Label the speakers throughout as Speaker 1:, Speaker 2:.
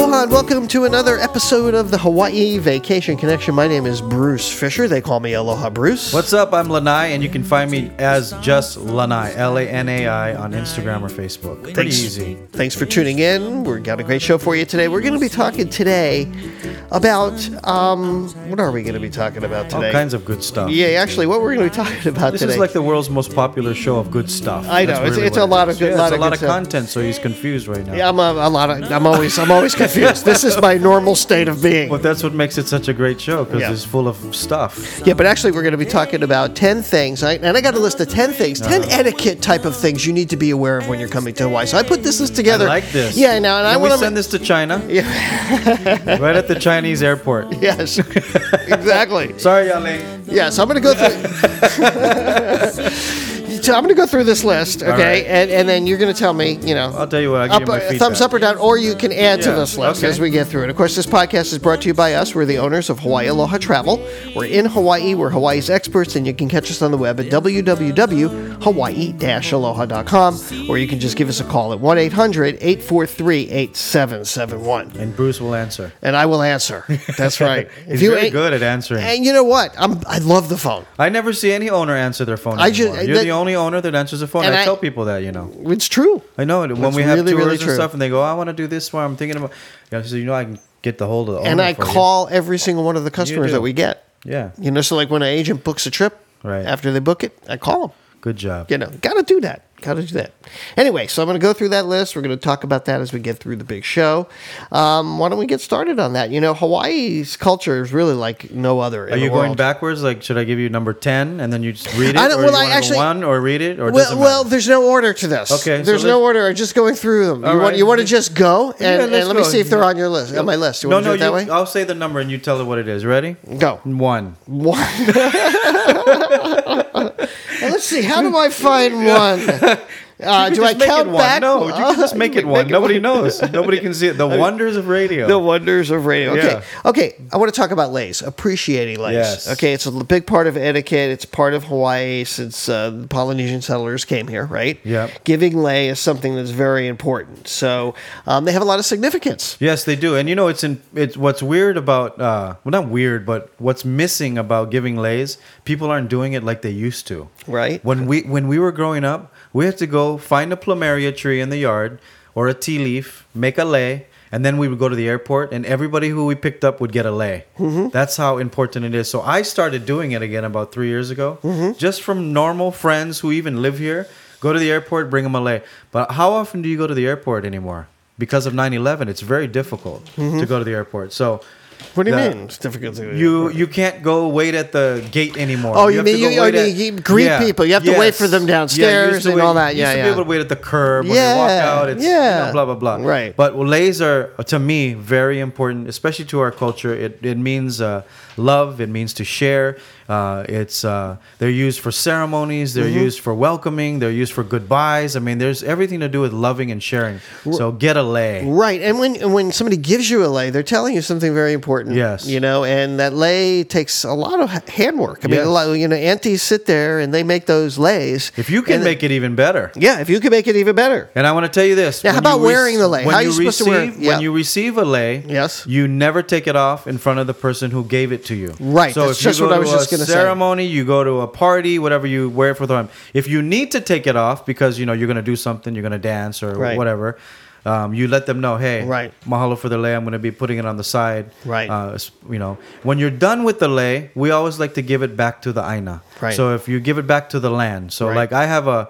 Speaker 1: welcome to another episode of the Hawaii Vacation Connection. My name is Bruce Fisher. They call me Aloha Bruce.
Speaker 2: What's up? I'm Lanai, and you can find me as just Lanai, L A N A I, on Instagram or Facebook. Pretty
Speaker 1: Thanks.
Speaker 2: easy.
Speaker 1: Thanks for tuning in. We've got a great show for you today. We're going to be talking today about um, what are we going to be talking about
Speaker 2: All
Speaker 1: today?
Speaker 2: kinds of good stuff.
Speaker 1: yeah, actually, what we're going to be talking about
Speaker 2: This
Speaker 1: today.
Speaker 2: is like the world's most popular show of good stuff.
Speaker 1: I know.
Speaker 2: That's
Speaker 1: It's- it's
Speaker 2: what
Speaker 1: a
Speaker 2: it
Speaker 1: lot
Speaker 2: is.
Speaker 1: of good-
Speaker 2: Yeah,
Speaker 1: lot
Speaker 2: it's
Speaker 1: of
Speaker 2: a lot
Speaker 1: good
Speaker 2: of
Speaker 1: stuff.
Speaker 2: content, so he's confused right now.
Speaker 1: yeah, I'm a, a lot of. I'm always. I'm always confused. this is my normal state of being.
Speaker 2: But that's what makes it such a great show because
Speaker 1: Yeah.
Speaker 2: it's full of stuff.
Speaker 1: Yeah, but actually, we're going to be talking about 10 things. I, and I got a list of 10 things, 10 etiquette type of things you need to be aware of when you're coming to Hawaii. So I put this list
Speaker 2: I
Speaker 1: together.
Speaker 2: like this.
Speaker 1: Yeah, now, and I
Speaker 2: Can we
Speaker 1: want to.
Speaker 2: send this to China? right at the Chinese airport.
Speaker 1: Yes, exactly.
Speaker 2: Sorry, y'all late.
Speaker 1: Yeah, so I'm going to go through. so I'm going to go through this list, okay?
Speaker 2: right.
Speaker 1: And, and then you're going to tell me, you know.
Speaker 2: I'll tell you what. I'll give
Speaker 1: Up,
Speaker 2: you my
Speaker 1: uh,
Speaker 2: feedback.
Speaker 1: thumbs up or down, or you can add to
Speaker 2: Yeah,
Speaker 1: this list
Speaker 2: okay.
Speaker 1: as we get through it. Of course, this podcast is brought to you by us. We're the owners of Hawaii Aloha Travel. We're in Hawaii. We're Hawaii's experts, and you can catch us on the web at www.hawaii-aloha.com, or you can just give us a call at 1-800-843-8771,
Speaker 2: And Bruce will answer.
Speaker 1: and I will answer. That's right.
Speaker 2: He's very
Speaker 1: ain't-
Speaker 2: good at answering.
Speaker 1: And you know what? I'm, I love the phone.
Speaker 2: I never see any owner answer their phone.
Speaker 1: I ju-
Speaker 2: anymore. You're
Speaker 1: that-
Speaker 2: the only owner that answers the phone.
Speaker 1: And
Speaker 2: I,
Speaker 1: I-
Speaker 2: tell people that, you know.
Speaker 1: It's true.
Speaker 2: I know it. when
Speaker 1: That's
Speaker 2: we have
Speaker 1: really,
Speaker 2: tours
Speaker 1: really
Speaker 2: and
Speaker 1: true.
Speaker 2: stuff, and they go, "I want to do this." Where I'm thinking about, yeah, so you know, I can get the hold of the
Speaker 1: And
Speaker 2: owner
Speaker 1: I
Speaker 2: Oh, for you.
Speaker 1: call every single one of the customers
Speaker 2: do.
Speaker 1: that we get.
Speaker 2: Yeah,
Speaker 1: You know, so like when an agent books a trip,
Speaker 2: Right.
Speaker 1: after they book it, I call them.
Speaker 2: good job.
Speaker 1: You know, gotta do that. Gotta do that. Anyway, so I'm gonna go through that list. We're gonna talk about that as we get through the big show. Um, why don't we get started on that? You know, Hawaii's culture is really like no other.
Speaker 2: Are you going backwards? Like, should I give you number ten and then you just read it,
Speaker 1: I don't-
Speaker 2: or
Speaker 1: well,
Speaker 2: you
Speaker 1: I
Speaker 2: wanna go
Speaker 1: actually-
Speaker 2: one or read it, or
Speaker 1: Well,
Speaker 2: doesn't
Speaker 1: well,
Speaker 2: matter?
Speaker 1: there's no order to this.
Speaker 2: Okay, so
Speaker 1: there's no
Speaker 2: let's-
Speaker 1: order. I'm just going through them. You
Speaker 2: All
Speaker 1: want
Speaker 2: right.
Speaker 1: you want to just go and,
Speaker 2: Yeah,
Speaker 1: and
Speaker 2: let's
Speaker 1: let me
Speaker 2: go.
Speaker 1: see if they're on your list on my list. You
Speaker 2: no,
Speaker 1: want
Speaker 2: no.
Speaker 1: to do it that
Speaker 2: you, uh,
Speaker 1: way?
Speaker 2: I'll say the number and you tell it what it is. Ready?
Speaker 1: Go.
Speaker 2: One.
Speaker 1: One. Well, let's see. How do I find one? Uh, do I
Speaker 2: Just make
Speaker 1: count
Speaker 2: it one.
Speaker 1: back?
Speaker 2: No, you can just make it one. Nobody knows. Nobody can see it. The wonders of radio.
Speaker 1: The wonders of radio. Okay.
Speaker 2: Yeah.
Speaker 1: Okay. I want to talk about lays, appreciating lays.
Speaker 2: Yes.
Speaker 1: Okay. It's a l- big part of etiquette. It's part of Hawaii since uh, the Polynesian settlers came here, right?
Speaker 2: Yep.
Speaker 1: Giving lay is something that's very important. So um, they have a lot of significance.
Speaker 2: Yes, they do. And you know, it's in it's what's weird about uh, well, not weird, but what's missing about giving lays, people aren't doing it like they used to.
Speaker 1: Right.
Speaker 2: When we when we were growing up, we had to go find a plumeria tree in the yard or a tea leaf, make a lay. And then we would go to the airport, and everybody who we picked up would get a lay.
Speaker 1: Mm-hmm.
Speaker 2: That's how important it is. So I started doing it again about three years ago,
Speaker 1: Mm-hmm.
Speaker 2: just from normal friends who even live here. Go to the airport, bring them a lay. But how often do you go to the airport anymore? because of 9-11 it's very difficult to go to the airport so
Speaker 1: Mm-hmm. What do you
Speaker 2: Yeah.
Speaker 1: mean? It's difficult to
Speaker 2: you you can't go wait at the gate anymore
Speaker 1: Oh, you
Speaker 2: have
Speaker 1: mean
Speaker 2: to go
Speaker 1: you- oh,
Speaker 2: wait
Speaker 1: you- you greet people. You have to wait for them
Speaker 2: Yeah, you used
Speaker 1: downstairs
Speaker 2: to
Speaker 1: and all that.
Speaker 2: you used
Speaker 1: Yeah,
Speaker 2: to
Speaker 1: yeah.
Speaker 2: be able to wait at the curb when you walk
Speaker 1: Yeah,
Speaker 2: out it's
Speaker 1: yeah.
Speaker 2: yeah. blah blah blah
Speaker 1: Right.
Speaker 2: but lays are to me very important especially to our culture it, it means uh, love it means to share uh, it's uh, they're used for ceremonies they're
Speaker 1: Mm-hmm.
Speaker 2: used for welcoming they're used for goodbyes i mean there's everything to do with loving and sharing so get a lay
Speaker 1: Right, and when and when somebody gives you a lay, they're telling you something very important.
Speaker 2: Yes.
Speaker 1: you know, and that lay takes a lot of h- handwork. I mean,
Speaker 2: Yes.
Speaker 1: a lot, you know, aunties sit there and they make those lays.
Speaker 2: If you can
Speaker 1: And-
Speaker 2: make it even better.
Speaker 1: yeah, if you can make it even better,
Speaker 2: And I want to tell you this.
Speaker 1: Yeah, how
Speaker 2: when
Speaker 1: about
Speaker 2: you rec-
Speaker 1: wearing the lei?
Speaker 2: When
Speaker 1: How are you supposed to wear it?
Speaker 2: receive-
Speaker 1: Yeah.
Speaker 2: When you receive a lei,
Speaker 1: Yes.
Speaker 2: you never take it off in front of the person who gave it to you.
Speaker 1: Right,
Speaker 2: So if
Speaker 1: that's
Speaker 2: you
Speaker 1: just
Speaker 2: go
Speaker 1: what I
Speaker 2: to
Speaker 1: was
Speaker 2: a
Speaker 1: just gonna say.
Speaker 2: ceremony, you go to a party, whatever you wear it for the time. If you need to take it off because you know you're going to do something, you're going to dance or
Speaker 1: Right.
Speaker 2: whatever. Um, you let them know, hey,
Speaker 1: Right.
Speaker 2: mahalo for the lei. I'm going to be putting it on the side.
Speaker 1: Right.
Speaker 2: Uh, s- you know, when you're done with the lei, we always like to give it back to the aina.
Speaker 1: Right.
Speaker 2: So if you give it back to the land, so
Speaker 1: Right.
Speaker 2: like I have a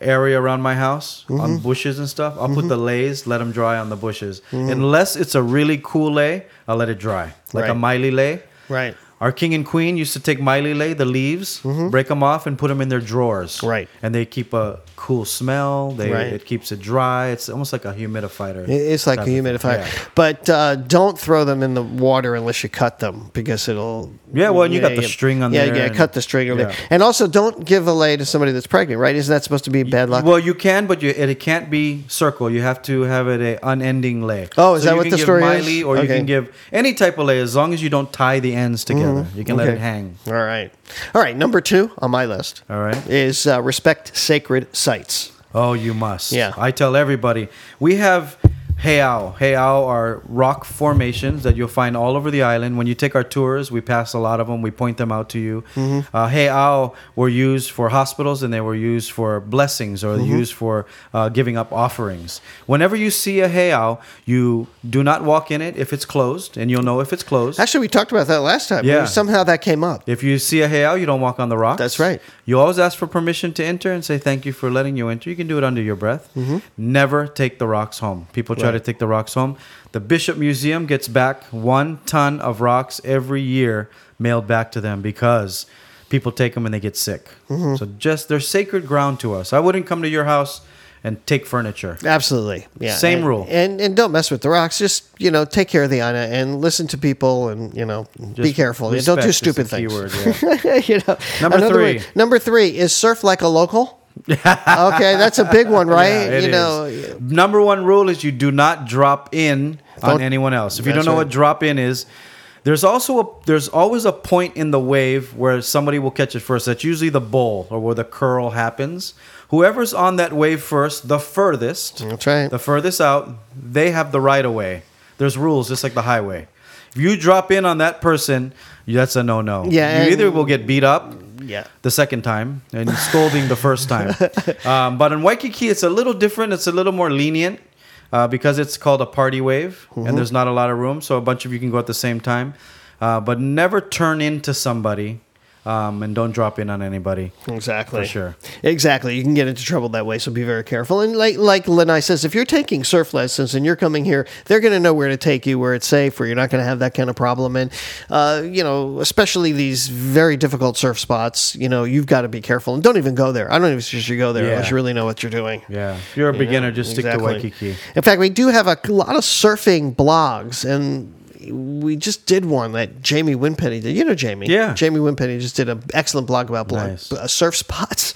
Speaker 2: area around my house
Speaker 1: Mm-hmm.
Speaker 2: on bushes and stuff. I'll put the lays, let them dry on the bushes.
Speaker 1: Mm-hmm.
Speaker 2: Unless it's a really cool lay, I'll let it dry, like a
Speaker 1: Right.
Speaker 2: miley lay.
Speaker 1: right,
Speaker 2: Our king and queen used to take miley lay, the leaves,
Speaker 1: Mm-hmm.
Speaker 2: break them off, and put them in their drawers.
Speaker 1: Right.
Speaker 2: and they keep a cool smell. They
Speaker 1: Right.
Speaker 2: it keeps it dry. It's almost like a humidifier.
Speaker 1: it's like
Speaker 2: type
Speaker 1: a
Speaker 2: of thing.
Speaker 1: humidifier.
Speaker 2: Yeah.
Speaker 1: But uh, don't throw them in the water unless you cut them because it'll.
Speaker 2: Yeah, well, and you got the
Speaker 1: yeah,
Speaker 2: string on
Speaker 1: yeah,
Speaker 2: there
Speaker 1: Yeah,
Speaker 2: and-
Speaker 1: cut the string on
Speaker 2: yeah.
Speaker 1: there, and also don't give a lay to somebody that's pregnant. Right? Isn't that supposed to be bad luck?
Speaker 2: Well, you can, but you, it, it can't be circle. You have to have it a unending lay.
Speaker 1: Oh, is that
Speaker 2: you
Speaker 1: what
Speaker 2: can
Speaker 1: the
Speaker 2: give
Speaker 1: story
Speaker 2: miley,
Speaker 1: is?
Speaker 2: Or you
Speaker 1: Okay.
Speaker 2: can give any type of lay as long as you don't tie the ends together.
Speaker 1: Mm-hmm.
Speaker 2: You can let it hang.
Speaker 1: All right, all right. Number two on my list.
Speaker 2: All right.
Speaker 1: is uh, respect sacred sites.
Speaker 2: Oh, you must.
Speaker 1: Yeah.
Speaker 2: I tell everybody we have heiau. Heiau are rock formations that you'll find all over the island. When you take our tours, we pass a lot of them. We point them out to you. Uh, heiau were used for hospitals, and they were used for blessings or used for uh, giving up offerings. Whenever you see a heiau, you do not walk in it if it's closed, and you'll know if it's closed.
Speaker 1: Actually, we talked about that last time.
Speaker 2: Yeah.
Speaker 1: Somehow that came up.
Speaker 2: If you see a heiau, you don't walk on the rocks.
Speaker 1: That's right.
Speaker 2: You always ask for permission to enter and say thank you for letting you enter. You can do it under your breath. Never take the rocks home. People try to
Speaker 1: Mm-hmm. Right.
Speaker 2: take the rocks home. The Bishop Museum gets back one ton of rocks every year mailed back to them because people take them and they get sick.
Speaker 1: Mm-hmm.
Speaker 2: So just they're sacred ground to us. I wouldn't come to your house and take furniture.
Speaker 1: Absolutely. Yeah.
Speaker 2: Same
Speaker 1: And-
Speaker 2: rule.
Speaker 1: And and don't mess with the rocks. Just you know, take care of the Anna and listen to people and you know, be
Speaker 2: Just
Speaker 1: careful. Don't do
Speaker 2: respect
Speaker 1: stupid
Speaker 2: is the key
Speaker 1: things.
Speaker 2: word, yeah.
Speaker 1: you know.
Speaker 2: Number
Speaker 1: another
Speaker 2: three.
Speaker 1: word- number three is surf like a local. okay, that's a big one, right?
Speaker 2: Yeah, it
Speaker 1: you
Speaker 2: is.
Speaker 1: know,
Speaker 2: number one rule is you do not drop in on
Speaker 1: Don't-
Speaker 2: anyone else. If you don't
Speaker 1: That's
Speaker 2: know
Speaker 1: right.
Speaker 2: what drop in is, there's also a there's always a point in the wave where somebody will catch it first. That's usually the bowl or where the curl happens. Whoever's on that wave first, the furthest,
Speaker 1: That's right.
Speaker 2: the furthest out, they have the right of way. There's rules just like the highway. If you drop in on that person, that's a no no.
Speaker 1: Yeah,
Speaker 2: you either
Speaker 1: and-
Speaker 2: will get beat up
Speaker 1: yeah.
Speaker 2: the second time and scolding the first time. Um, but in Waikiki, it's a little different. It's a little more lenient uh, because it's called a party wave and there's not a lot of room. So a bunch of you can go at the same time. Uh, but never turn into somebody um, and don't drop in on anybody.
Speaker 1: Exactly.
Speaker 2: For sure.
Speaker 1: Exactly. You can get into trouble that way, so be very careful. And like like Lanai says, if you're taking surf lessons and you're coming here, they're going to know where to take you, where it's safe, where you're not going to have that kind of problem. And uh, you know, especially these very difficult surf spots, you know, you've got to be careful and don't even go there. I don't even suggest you go there
Speaker 2: Yeah.
Speaker 1: unless you really know what you're doing.
Speaker 2: Yeah. If you're a beginner, just stick
Speaker 1: Exactly.
Speaker 2: to Waikiki.
Speaker 1: In fact, we do have a lot of surfing blogs, and we just did one that Jamie Winpenny did. You know Jamie?
Speaker 2: Yeah.
Speaker 1: Jamie Winpenny just did an excellent blog about blog,
Speaker 2: Nice.
Speaker 1: uh, surf spots,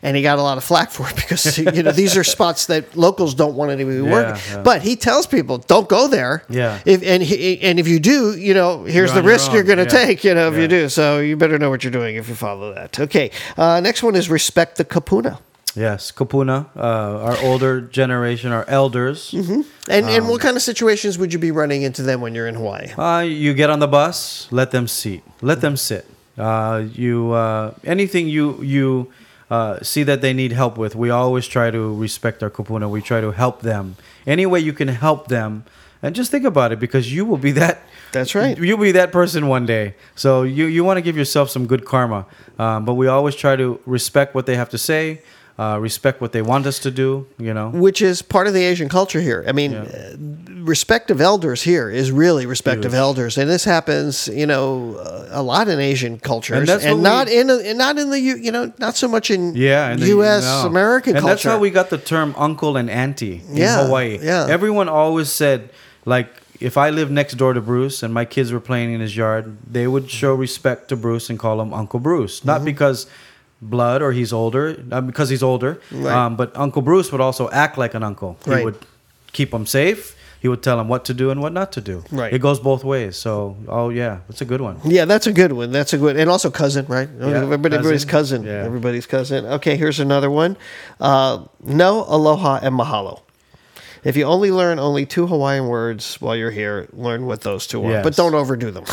Speaker 1: and he got a lot of flack for it because you know these are spots that locals don't want anybody to work.
Speaker 2: yeah.
Speaker 1: But he tells people don't go there.
Speaker 2: Yeah.
Speaker 1: If and he, and if you do, you know here's
Speaker 2: You're
Speaker 1: the
Speaker 2: on your
Speaker 1: risk you're
Speaker 2: own.
Speaker 1: going to
Speaker 2: Yeah.
Speaker 1: take. You know if you
Speaker 2: Yeah.
Speaker 1: do, so you better know what you're doing if you follow that. Okay. Uh, next one is respect the kapuna.
Speaker 2: Yes, Kapuna, uh, our older generation, our elders.
Speaker 1: And, and
Speaker 2: Um,
Speaker 1: what kind of situations would you be running into them when you're in Hawaii?
Speaker 2: Uh, you get on the bus. Let them seat. Let them sit. Uh, you uh, anything you you uh, see that they need help with. We always try to respect our kupuna. We try to help them any way you can help them. And just think about it, because you will be that.
Speaker 1: That's right.
Speaker 2: You'll be that person one day. So you you want to give yourself some good karma. Um, but we always try to respect what they have to say. Uh, respect what they want us to do. You know.
Speaker 1: Which is part of the Asian culture here. I mean, uh respect of elders here is really respect of
Speaker 2: Huge.
Speaker 1: elders, and this happens, you know, uh, a lot in Asian cultures,
Speaker 2: And
Speaker 1: and,
Speaker 2: that's what
Speaker 1: not
Speaker 2: we-
Speaker 1: in, a, and not in the, U- you know, not so much in
Speaker 2: Yeah, and the-
Speaker 1: U.S.
Speaker 2: no.
Speaker 1: American
Speaker 2: and
Speaker 1: culture.
Speaker 2: that's how we got the term uncle and auntie in
Speaker 1: Yeah,
Speaker 2: Hawaii.
Speaker 1: yeah.
Speaker 2: everyone always said like. If I lived next door to Bruce and my kids were playing in his yard, they would show respect to Bruce and call him Uncle Bruce.
Speaker 1: Mm-hmm.
Speaker 2: Not because blood or he's older, not because he's older,
Speaker 1: Right.
Speaker 2: um, but Uncle Bruce would also act like an uncle.
Speaker 1: Right.
Speaker 2: He would keep him safe. He would tell him what to do and what not to do.
Speaker 1: Right.
Speaker 2: It goes both ways. So, oh yeah, it's a good one.
Speaker 1: Yeah, that's a good one. That's a good, and also cousin, right? Everybody- everybody's
Speaker 2: cousin.
Speaker 1: cousin.
Speaker 2: Yeah.
Speaker 1: Everybody's cousin. Okay, here's another one. Uh, no, aloha, and mahalo. If you only learn only two Hawaiian words while you're here, learn what those two are,
Speaker 2: Yes.
Speaker 1: but don't overdo them.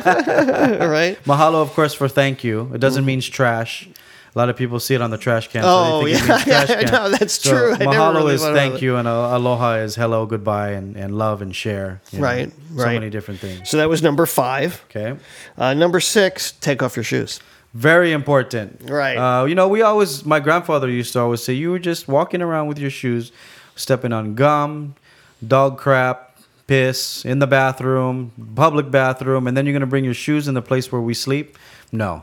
Speaker 1: All right.
Speaker 2: Mahalo, of course, for thank you. It doesn't mean trash. A lot of people see it on the trash can.
Speaker 1: Mm-hmm. Oh,
Speaker 2: so they think
Speaker 1: yeah.
Speaker 2: it means trash
Speaker 1: Yeah,
Speaker 2: can.
Speaker 1: no, that's
Speaker 2: So
Speaker 1: true. I never
Speaker 2: mahalo
Speaker 1: really
Speaker 2: is
Speaker 1: thought about
Speaker 2: thank
Speaker 1: it.
Speaker 2: you, and uh, aloha is hello, goodbye, and, and love and share. you know.
Speaker 1: Right,
Speaker 2: So
Speaker 1: right.
Speaker 2: many different things.
Speaker 1: So that was number five.
Speaker 2: Okay.
Speaker 1: Uh, number six, take off your shoes.
Speaker 2: Very important.
Speaker 1: Right.
Speaker 2: Uh, you know, we always, my grandfather used to always say, you were just walking around with your shoes, stepping on gum, dog crap, piss, in the bathroom, public bathroom, and then you're going to bring your shoes in the place where we sleep? No.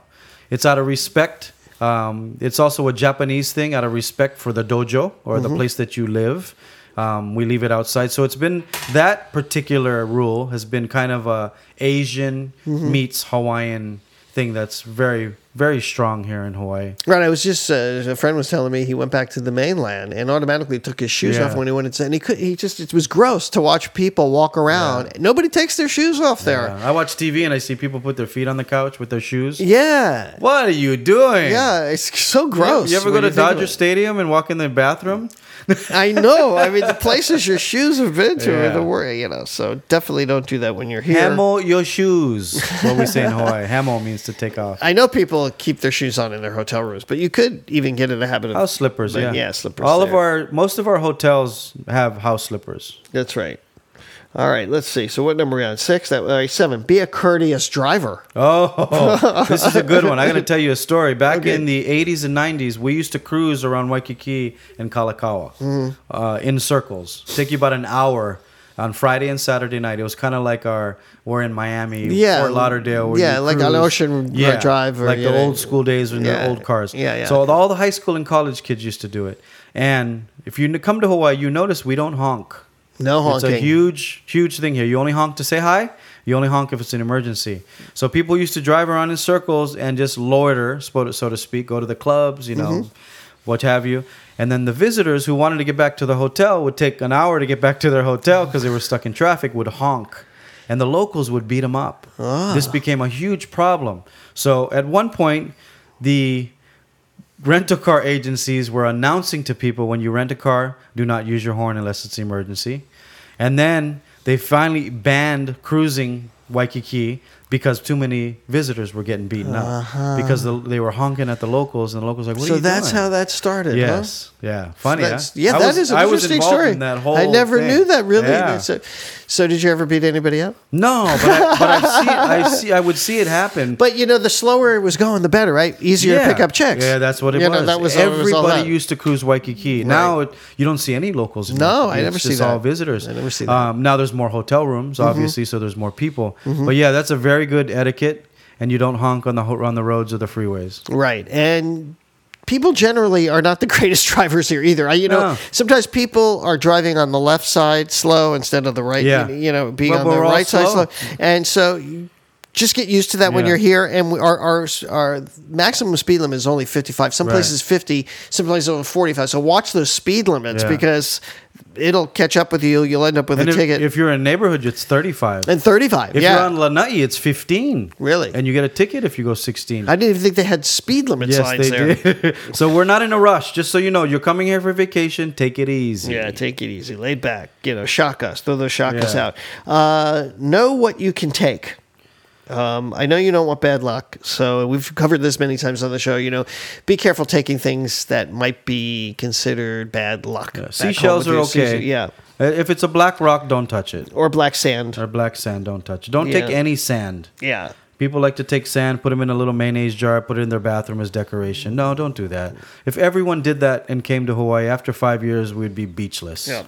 Speaker 2: It's out of respect. Um, it's also a Japanese thing, out of respect for the dojo or the place that you live. Um, we leave it outside. So it's been that particular rule has been kind of a Asian meets Hawaiian thing that's very very strong here in Hawaii.
Speaker 1: Right, I was just uh, a friend was telling me he went back to the mainland and automatically took his shoes
Speaker 2: Yeah.
Speaker 1: off when he went inside. And he could, he just it was gross to watch people walk around. Nobody takes their shoes off there.
Speaker 2: I watch TV and I see people put their feet on the couch with their shoes.
Speaker 1: Yeah,
Speaker 2: What are you doing?
Speaker 1: yeah, it's so
Speaker 2: You-
Speaker 1: gross.
Speaker 2: You ever
Speaker 1: when
Speaker 2: go to
Speaker 1: think of
Speaker 2: Dodger
Speaker 1: it.
Speaker 2: Stadium and walk in the bathroom?
Speaker 1: I know. I mean, the places your shoes have been to are
Speaker 2: Yeah.
Speaker 1: the worst. You know, so definitely don't do that when you're here.
Speaker 2: Hamo your shoes. What we say in Hawaii. Hamo means to take off.
Speaker 1: I know people keep their shoes on in their hotel rooms, but you could even get in the habit of
Speaker 2: House Oh, slippers,
Speaker 1: But
Speaker 2: yeah.
Speaker 1: yeah, slippers
Speaker 2: All of
Speaker 1: there.
Speaker 2: our most of our hotels have house slippers.
Speaker 1: That's right. All right, let's see. So what number are we on? Six. That all right, seven. Be a courteous driver.
Speaker 2: Oh, this is a good one. I'm going to tell you a story. Back
Speaker 1: Okay.
Speaker 2: in the 80s and 90s, we used to cruise around Waikiki and Kalakaua
Speaker 1: Mm-hmm.
Speaker 2: uh, in circles. Take you about an hour on Friday and Saturday night. It was kind of like our we're in Miami,
Speaker 1: Yeah.
Speaker 2: Fort Lauderdale. where
Speaker 1: Yeah,
Speaker 2: you
Speaker 1: like on
Speaker 2: cruise.
Speaker 1: Ocean, uh, Drive or,
Speaker 2: like
Speaker 1: you
Speaker 2: the
Speaker 1: know.
Speaker 2: old school days when
Speaker 1: Yeah.
Speaker 2: the old cars.
Speaker 1: Yeah, yeah.
Speaker 2: So all the high school and college kids used to do it. And if you n- come to Hawaii, you notice we don't honk.
Speaker 1: No honking.
Speaker 2: It's a huge, huge thing here. You only honk to say hi. You only honk if it's an emergency. So people used to drive around in circles and just loiter, so to so to speak, go to the clubs, you know,
Speaker 1: Mm-hmm.
Speaker 2: what have you. And then the visitors who wanted to get back to the hotel would take an hour to get back to their hotel because they were stuck in traffic, would honk. And the locals would beat them up.
Speaker 1: Ah.
Speaker 2: This became a huge problem. So at one point, the rental car agencies were announcing to people when you rent a car, do not use your horn unless it's an emergency. And then they finally banned cruising Waikiki because too many visitors were getting beaten up because the, they were honking at the locals, and the locals were like, "What
Speaker 1: Uh-huh. so
Speaker 2: are you
Speaker 1: that's
Speaker 2: doing?"
Speaker 1: how that started. huh?
Speaker 2: Yes. Yeah. Funny.
Speaker 1: That's,
Speaker 2: huh?
Speaker 1: yeah,
Speaker 2: I
Speaker 1: that
Speaker 2: was-
Speaker 1: is an
Speaker 2: I was
Speaker 1: interesting
Speaker 2: involved
Speaker 1: story.
Speaker 2: in that whole
Speaker 1: I never
Speaker 2: thing.
Speaker 1: knew that really.
Speaker 2: Yeah.
Speaker 1: That's a- so, did you ever beat anybody up?
Speaker 2: No, but I, but I see, I see, I would see it happen.
Speaker 1: But you know, the slower it was going, the better, right? Easier to pick up checks.
Speaker 2: Yeah, that's what it
Speaker 1: You
Speaker 2: was.
Speaker 1: Know, that was
Speaker 2: Everybody
Speaker 1: that was all that.
Speaker 2: used to cruise Waikiki. Now it, you don't see any locals. in
Speaker 1: No,
Speaker 2: Waikiki.
Speaker 1: I
Speaker 2: It's
Speaker 1: never see
Speaker 2: just
Speaker 1: that.
Speaker 2: all visitors.
Speaker 1: I never see that. Mm-hmm.
Speaker 2: Um, now there's more hotel rooms, obviously, so there's more people. But yeah, that's a very good etiquette, and you don't honk on the ho- on the roads or the freeways.
Speaker 1: Right. And people generally are not the greatest drivers here either. I, you know,
Speaker 2: No.
Speaker 1: sometimes people are driving on the left side slow instead of the right,
Speaker 2: Yeah.
Speaker 1: you, you know, being
Speaker 2: Well,
Speaker 1: on
Speaker 2: but
Speaker 1: the
Speaker 2: we're all
Speaker 1: right side
Speaker 2: slow.
Speaker 1: slow. And so you just get used to that when
Speaker 2: Yeah.
Speaker 1: you're here. And we, our, our, our maximum speed limit is only 55. Some
Speaker 2: Right.
Speaker 1: places 50, some places only 45. So watch those speed limits
Speaker 2: Yeah.
Speaker 1: because it'll catch up with you. You'll end up with
Speaker 2: And
Speaker 1: a
Speaker 2: if,
Speaker 1: ticket.
Speaker 2: if you're in a neighborhood, it's 35.
Speaker 1: and 35.
Speaker 2: if
Speaker 1: yeah.
Speaker 2: you're on Lanai, it's 15.
Speaker 1: Really?
Speaker 2: And you get a ticket if you go 16.
Speaker 1: I didn't even think they had speed limit
Speaker 2: yes,
Speaker 1: signs
Speaker 2: they
Speaker 1: there.
Speaker 2: did. so we're not in a rush. Just so you know, you're coming here for vacation. Take it easy.
Speaker 1: Yeah, take it easy, laid back. You know, shock us, throw those shock us
Speaker 2: Yeah.
Speaker 1: out. Uh, know what you can take. Um, I know you don't want bad luck, so we've covered this many times on the show. You know, be careful taking things that might be considered bad luck. Back home
Speaker 2: Seashells
Speaker 1: with
Speaker 2: are
Speaker 1: your
Speaker 2: okay.
Speaker 1: seashell- yeah,
Speaker 2: Uh, If it's a black rock, don't touch it.
Speaker 1: or black sand.
Speaker 2: Or black sand, don't touch. it. Don't take
Speaker 1: Yeah.
Speaker 2: any sand.
Speaker 1: Yeah,
Speaker 2: People like to take sand, put them in a little mayonnaise jar, put it in their bathroom as decoration. No, don't do that. If everyone did that and came to Hawaii after five years, we'd be beachless.
Speaker 1: yeah.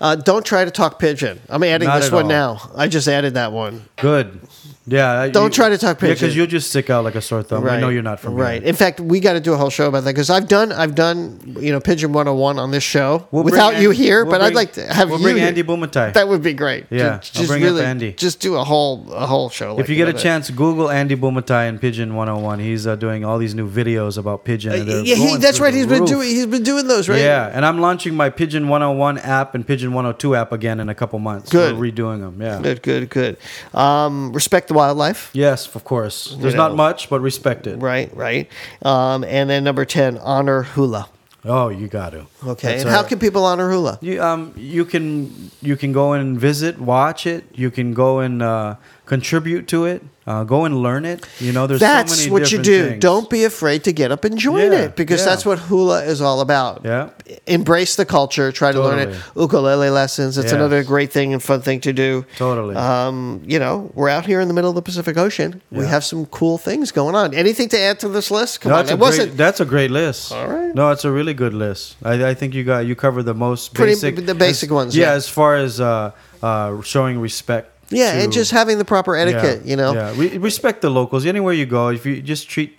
Speaker 1: Uh, don't try to talk pigeon. I'm adding
Speaker 2: Not
Speaker 1: this
Speaker 2: at
Speaker 1: one
Speaker 2: all.
Speaker 1: now. I just added that one.
Speaker 2: Good. Yeah. I-
Speaker 1: Don't try to talk
Speaker 2: Yeah,
Speaker 1: pigeon.
Speaker 2: because you'll just stick out like a sore thumb. I know you're not from here.
Speaker 1: right. In fact, we got to do a whole show about that because I've done I've done you know Pigeon 101 on this show
Speaker 2: We'll bring
Speaker 1: without you
Speaker 2: Andy-
Speaker 1: here,
Speaker 2: we'll
Speaker 1: but I'd
Speaker 2: bring-
Speaker 1: like to have
Speaker 2: we'll
Speaker 1: you.
Speaker 2: bring
Speaker 1: here.
Speaker 2: Andy Bumatai.
Speaker 1: That would be great.
Speaker 2: Yeah,
Speaker 1: just,
Speaker 2: I'll
Speaker 1: just
Speaker 2: bring up
Speaker 1: really
Speaker 2: Andy.
Speaker 1: just do a whole a whole show. Like
Speaker 2: If you get a
Speaker 1: that.
Speaker 2: chance, Google Andy Bumatai and Pigeon 101. He's uh, doing all these new videos about pigeon. and they're
Speaker 1: Uh, yeah, he,
Speaker 2: going
Speaker 1: that's
Speaker 2: through
Speaker 1: right.
Speaker 2: the
Speaker 1: He's been
Speaker 2: roof.
Speaker 1: doing he's been doing those right.
Speaker 2: Yeah, and I'm launching my Pigeon 101 app and Pigeon 102 app again in a couple months.
Speaker 1: Good.
Speaker 2: We're redoing them. Yeah.
Speaker 1: Good, good, good. Um, respect the wildlife.
Speaker 2: Yes, of course. There's
Speaker 1: know.
Speaker 2: not much, but respect it.
Speaker 1: Right, right. Um, and then number ten, honor hula.
Speaker 2: Oh, you got to.
Speaker 1: Okay. and how can people honor hula?
Speaker 2: you um you can you can go and visit, watch it. You can go and uh, contribute to it. Uh, go and learn it. You know, there's
Speaker 1: That's
Speaker 2: so many
Speaker 1: what you
Speaker 2: different
Speaker 1: do.
Speaker 2: things.
Speaker 1: Don't be afraid to get up and join
Speaker 2: Yeah,
Speaker 1: it because
Speaker 2: yeah.
Speaker 1: that's what hula is all about.
Speaker 2: Yeah.
Speaker 1: Embrace the culture. Try to learn it. Ukulele lessons. It's
Speaker 2: Yes.
Speaker 1: another great thing and fun thing to do.
Speaker 2: Totally.
Speaker 1: Um, you know, we're out here in the middle of the Pacific Ocean. We
Speaker 2: Yeah.
Speaker 1: have some cool things going on. Anything to add to this list? Come
Speaker 2: No,
Speaker 1: on.
Speaker 2: that's a
Speaker 1: It
Speaker 2: great,
Speaker 1: wasn't.
Speaker 2: That's a great list.
Speaker 1: All right.
Speaker 2: No, it's a really good list. I, I think you got you covered the most
Speaker 1: Pretty-
Speaker 2: basic,
Speaker 1: the basic
Speaker 2: as-
Speaker 1: ones,
Speaker 2: Yeah,
Speaker 1: yeah.
Speaker 2: as far as uh, uh, showing respect.
Speaker 1: yeah, and
Speaker 2: to-
Speaker 1: just having the proper etiquette, you know.
Speaker 2: Yeah, Re- respect the locals anywhere you go. If you just treat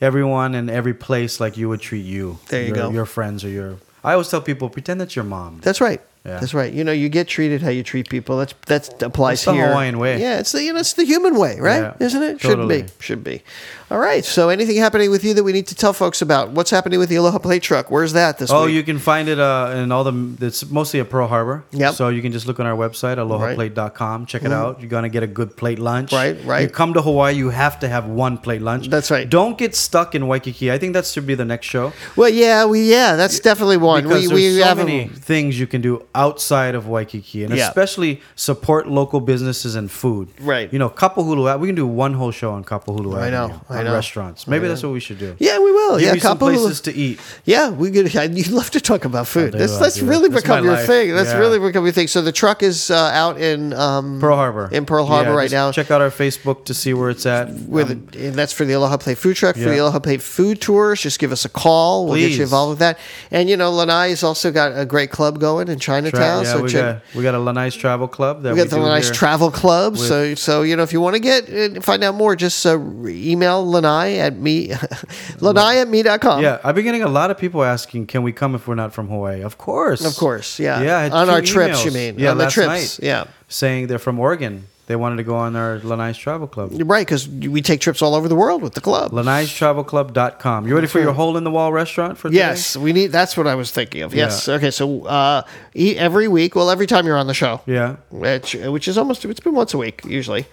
Speaker 2: everyone and every place like you would treat you,
Speaker 1: There you
Speaker 2: your,
Speaker 1: go.
Speaker 2: Your friends or your. I always tell people, pretend that's your mom.
Speaker 1: That's right.
Speaker 2: Yeah.
Speaker 1: That's right. You know, you get treated how you treat people. That's that applies
Speaker 2: That's the
Speaker 1: here.
Speaker 2: Hawaiian way.
Speaker 1: Yeah, it's the you know it's the human way, right?
Speaker 2: Yeah,
Speaker 1: Isn't it?
Speaker 2: totally.
Speaker 1: Should be. Should be. All right. So, anything happening with you that we need to tell folks about? What's happening with the Aloha Play Truck? Where's that this
Speaker 2: Oh,
Speaker 1: week?
Speaker 2: you can find it uh, in all the. It's mostly at Pearl Harbor.
Speaker 1: Yep. Mm-hmm.
Speaker 2: So you can just look on our website, alohaplate.com. Check it out. You're gonna get a good plate lunch.
Speaker 1: Right, right.
Speaker 2: You come to Hawaii, you have to have one plate lunch.
Speaker 1: That's right.
Speaker 2: Don't get stuck in Waikiki. I think that should be the next show
Speaker 1: well, yeah, we yeah, that's definitely one.
Speaker 2: because
Speaker 1: We
Speaker 2: there's
Speaker 1: we
Speaker 2: so
Speaker 1: haven't-
Speaker 2: many things you can do outside of Waikiki, and
Speaker 1: Yeah.
Speaker 2: especially support local businesses and food.
Speaker 1: Right.
Speaker 2: You know, Kapahulu. We can do one whole show on Kapahulu.
Speaker 1: I know,
Speaker 2: Avenue,
Speaker 1: I
Speaker 2: on
Speaker 1: know.
Speaker 2: Restaurants. Maybe that's what we should do.
Speaker 1: Yeah, we will.
Speaker 2: Give
Speaker 1: yeah,
Speaker 2: me some
Speaker 1: Kapalua.
Speaker 2: places to eat.
Speaker 1: Yeah, we could. I- You love to talk about food.
Speaker 2: do,
Speaker 1: That's
Speaker 2: I
Speaker 1: that's
Speaker 2: do.
Speaker 1: really
Speaker 2: That's
Speaker 1: become
Speaker 2: my
Speaker 1: your
Speaker 2: life.
Speaker 1: thing. That's
Speaker 2: Yeah.
Speaker 1: really become your thing. So the truck is uh, out in um,
Speaker 2: Pearl Harbor.
Speaker 1: In Pearl Harbor
Speaker 2: Yeah,
Speaker 1: right
Speaker 2: just
Speaker 1: now.
Speaker 2: Check out our Facebook to see where it's at.
Speaker 1: with
Speaker 2: Um,
Speaker 1: and that's for the Aloha Play food truck for the
Speaker 2: Yeah.
Speaker 1: Aloha Play food tours. Just give us a call. We'll get
Speaker 2: Please.
Speaker 1: you involved with that. And you know, Lanai's also got a great club going in Chinatown.
Speaker 2: tra- yeah,
Speaker 1: so
Speaker 2: we,
Speaker 1: check-
Speaker 2: got, we got a Lanai's Travel Club. That
Speaker 1: we got the
Speaker 2: do
Speaker 1: Lanai's
Speaker 2: here.
Speaker 1: Travel Club. So so you know, if you want to get and find out more, just uh, email Lanai at me, Lanai at me dot com.
Speaker 2: Yeah, I've been getting a lot of people asking, "Can we come if we're not from Hawaii?" Of course,
Speaker 1: Of course, yeah.
Speaker 2: Yeah, I had
Speaker 1: on
Speaker 2: two
Speaker 1: our trips, you
Speaker 2: emails.
Speaker 1: mean?
Speaker 2: Yeah,
Speaker 1: on the
Speaker 2: last
Speaker 1: trips,
Speaker 2: night.
Speaker 1: yeah.
Speaker 2: Saying they're from Oregon, they wanted to go on our Lanai's Travel Club.
Speaker 1: You're Right, because we take trips all over the world with the club.
Speaker 2: Lanai'sTravelClub.com. You ready for your hole in the wall restaurant for today?
Speaker 1: Yes, we need. That's what I was thinking of. Yes. Okay. So uh, e- every week, well, every time you're on the show,
Speaker 2: Yeah.
Speaker 1: which which is almost it's been once a week usually,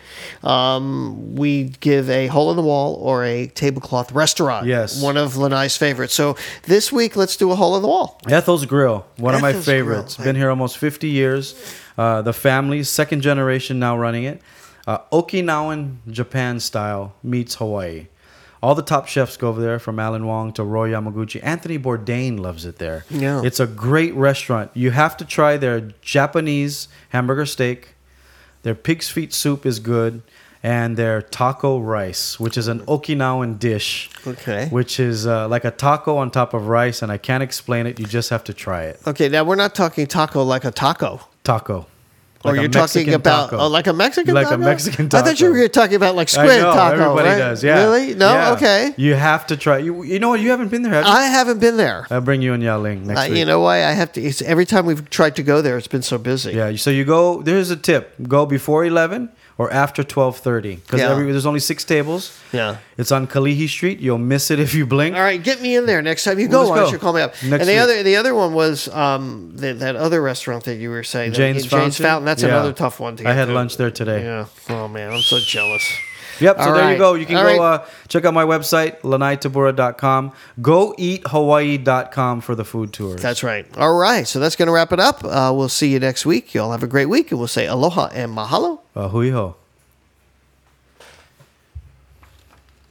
Speaker 1: um, we give a hole in the wall or a tablecloth restaurant.
Speaker 2: Yes.
Speaker 1: one of Lanai's favorites. So this week, let's do a hole in the wall.
Speaker 2: Ethel's Grill, one of my
Speaker 1: Ethel's Grill,
Speaker 2: favorites.
Speaker 1: like-
Speaker 2: Been here almost 50 years. Uh, the family, second generation now running it. Uh, Okinawan Japan style meets Hawaii. All the top chefs go over there, from Alan Wong to Roy Yamaguchi. Anthony Bourdain loves it there.
Speaker 1: Yeah.
Speaker 2: It's a great restaurant. You have to try their Japanese hamburger steak. Their pig's feet soup is good. And their taco rice, which is an Okinawan dish
Speaker 1: Okay.
Speaker 2: which is uh, like a taco on top of rice, and I can't explain it. You just have to try it.
Speaker 1: Okay. Now we're not talking taco like a taco.
Speaker 2: Taco.
Speaker 1: Or
Speaker 2: Like a
Speaker 1: Oh, you're talking
Speaker 2: Mexican
Speaker 1: about
Speaker 2: taco.
Speaker 1: oh, like a Mexican
Speaker 2: Like a
Speaker 1: taco?
Speaker 2: Mexican
Speaker 1: I thought you
Speaker 2: taco.
Speaker 1: were talking about like
Speaker 2: I
Speaker 1: squid
Speaker 2: know,
Speaker 1: taco.
Speaker 2: Everybody
Speaker 1: right?
Speaker 2: does. Yeah.
Speaker 1: Really? No.
Speaker 2: Yeah.
Speaker 1: Okay.
Speaker 2: You have to try. You you know what? You haven't been there. Have you?
Speaker 1: I haven't been there.
Speaker 2: I'll bring you and Yaling next
Speaker 1: I,
Speaker 2: week.
Speaker 1: you know why? I have to. It's, every time we've tried to go there, it's been so busy.
Speaker 2: Yeah. So you go. There's a tip. Go before eleven or after twelve thirty because
Speaker 1: Yeah.
Speaker 2: there's only six tables.
Speaker 1: Yeah.
Speaker 2: It's on Kalihi Street. You'll miss it if you blink.
Speaker 1: All right, get me in there next time you go.
Speaker 2: Let's
Speaker 1: Why don't
Speaker 2: go.
Speaker 1: you call me up?
Speaker 2: Next
Speaker 1: and the
Speaker 2: week.
Speaker 1: other, the other one was um, that that other restaurant that you were saying, that-
Speaker 2: Jane's,
Speaker 1: Jane's Fountain. That's
Speaker 2: Yeah.
Speaker 1: another tough one to get
Speaker 2: I had
Speaker 1: to.
Speaker 2: lunch there today.
Speaker 1: Yeah. Oh man, I'm so jealous.
Speaker 2: Yep. So
Speaker 1: All
Speaker 2: there
Speaker 1: right.
Speaker 2: you go. You can
Speaker 1: All
Speaker 2: go
Speaker 1: right.
Speaker 2: uh, check out my website, lanaitabura.com. Go eat hawaii.com for the food tours.
Speaker 1: That's right. All right, so that's going to wrap it up. Uh, we'll see you next week. Y'all have a great week, and we'll say aloha and mahalo.
Speaker 2: Uh, hui ho.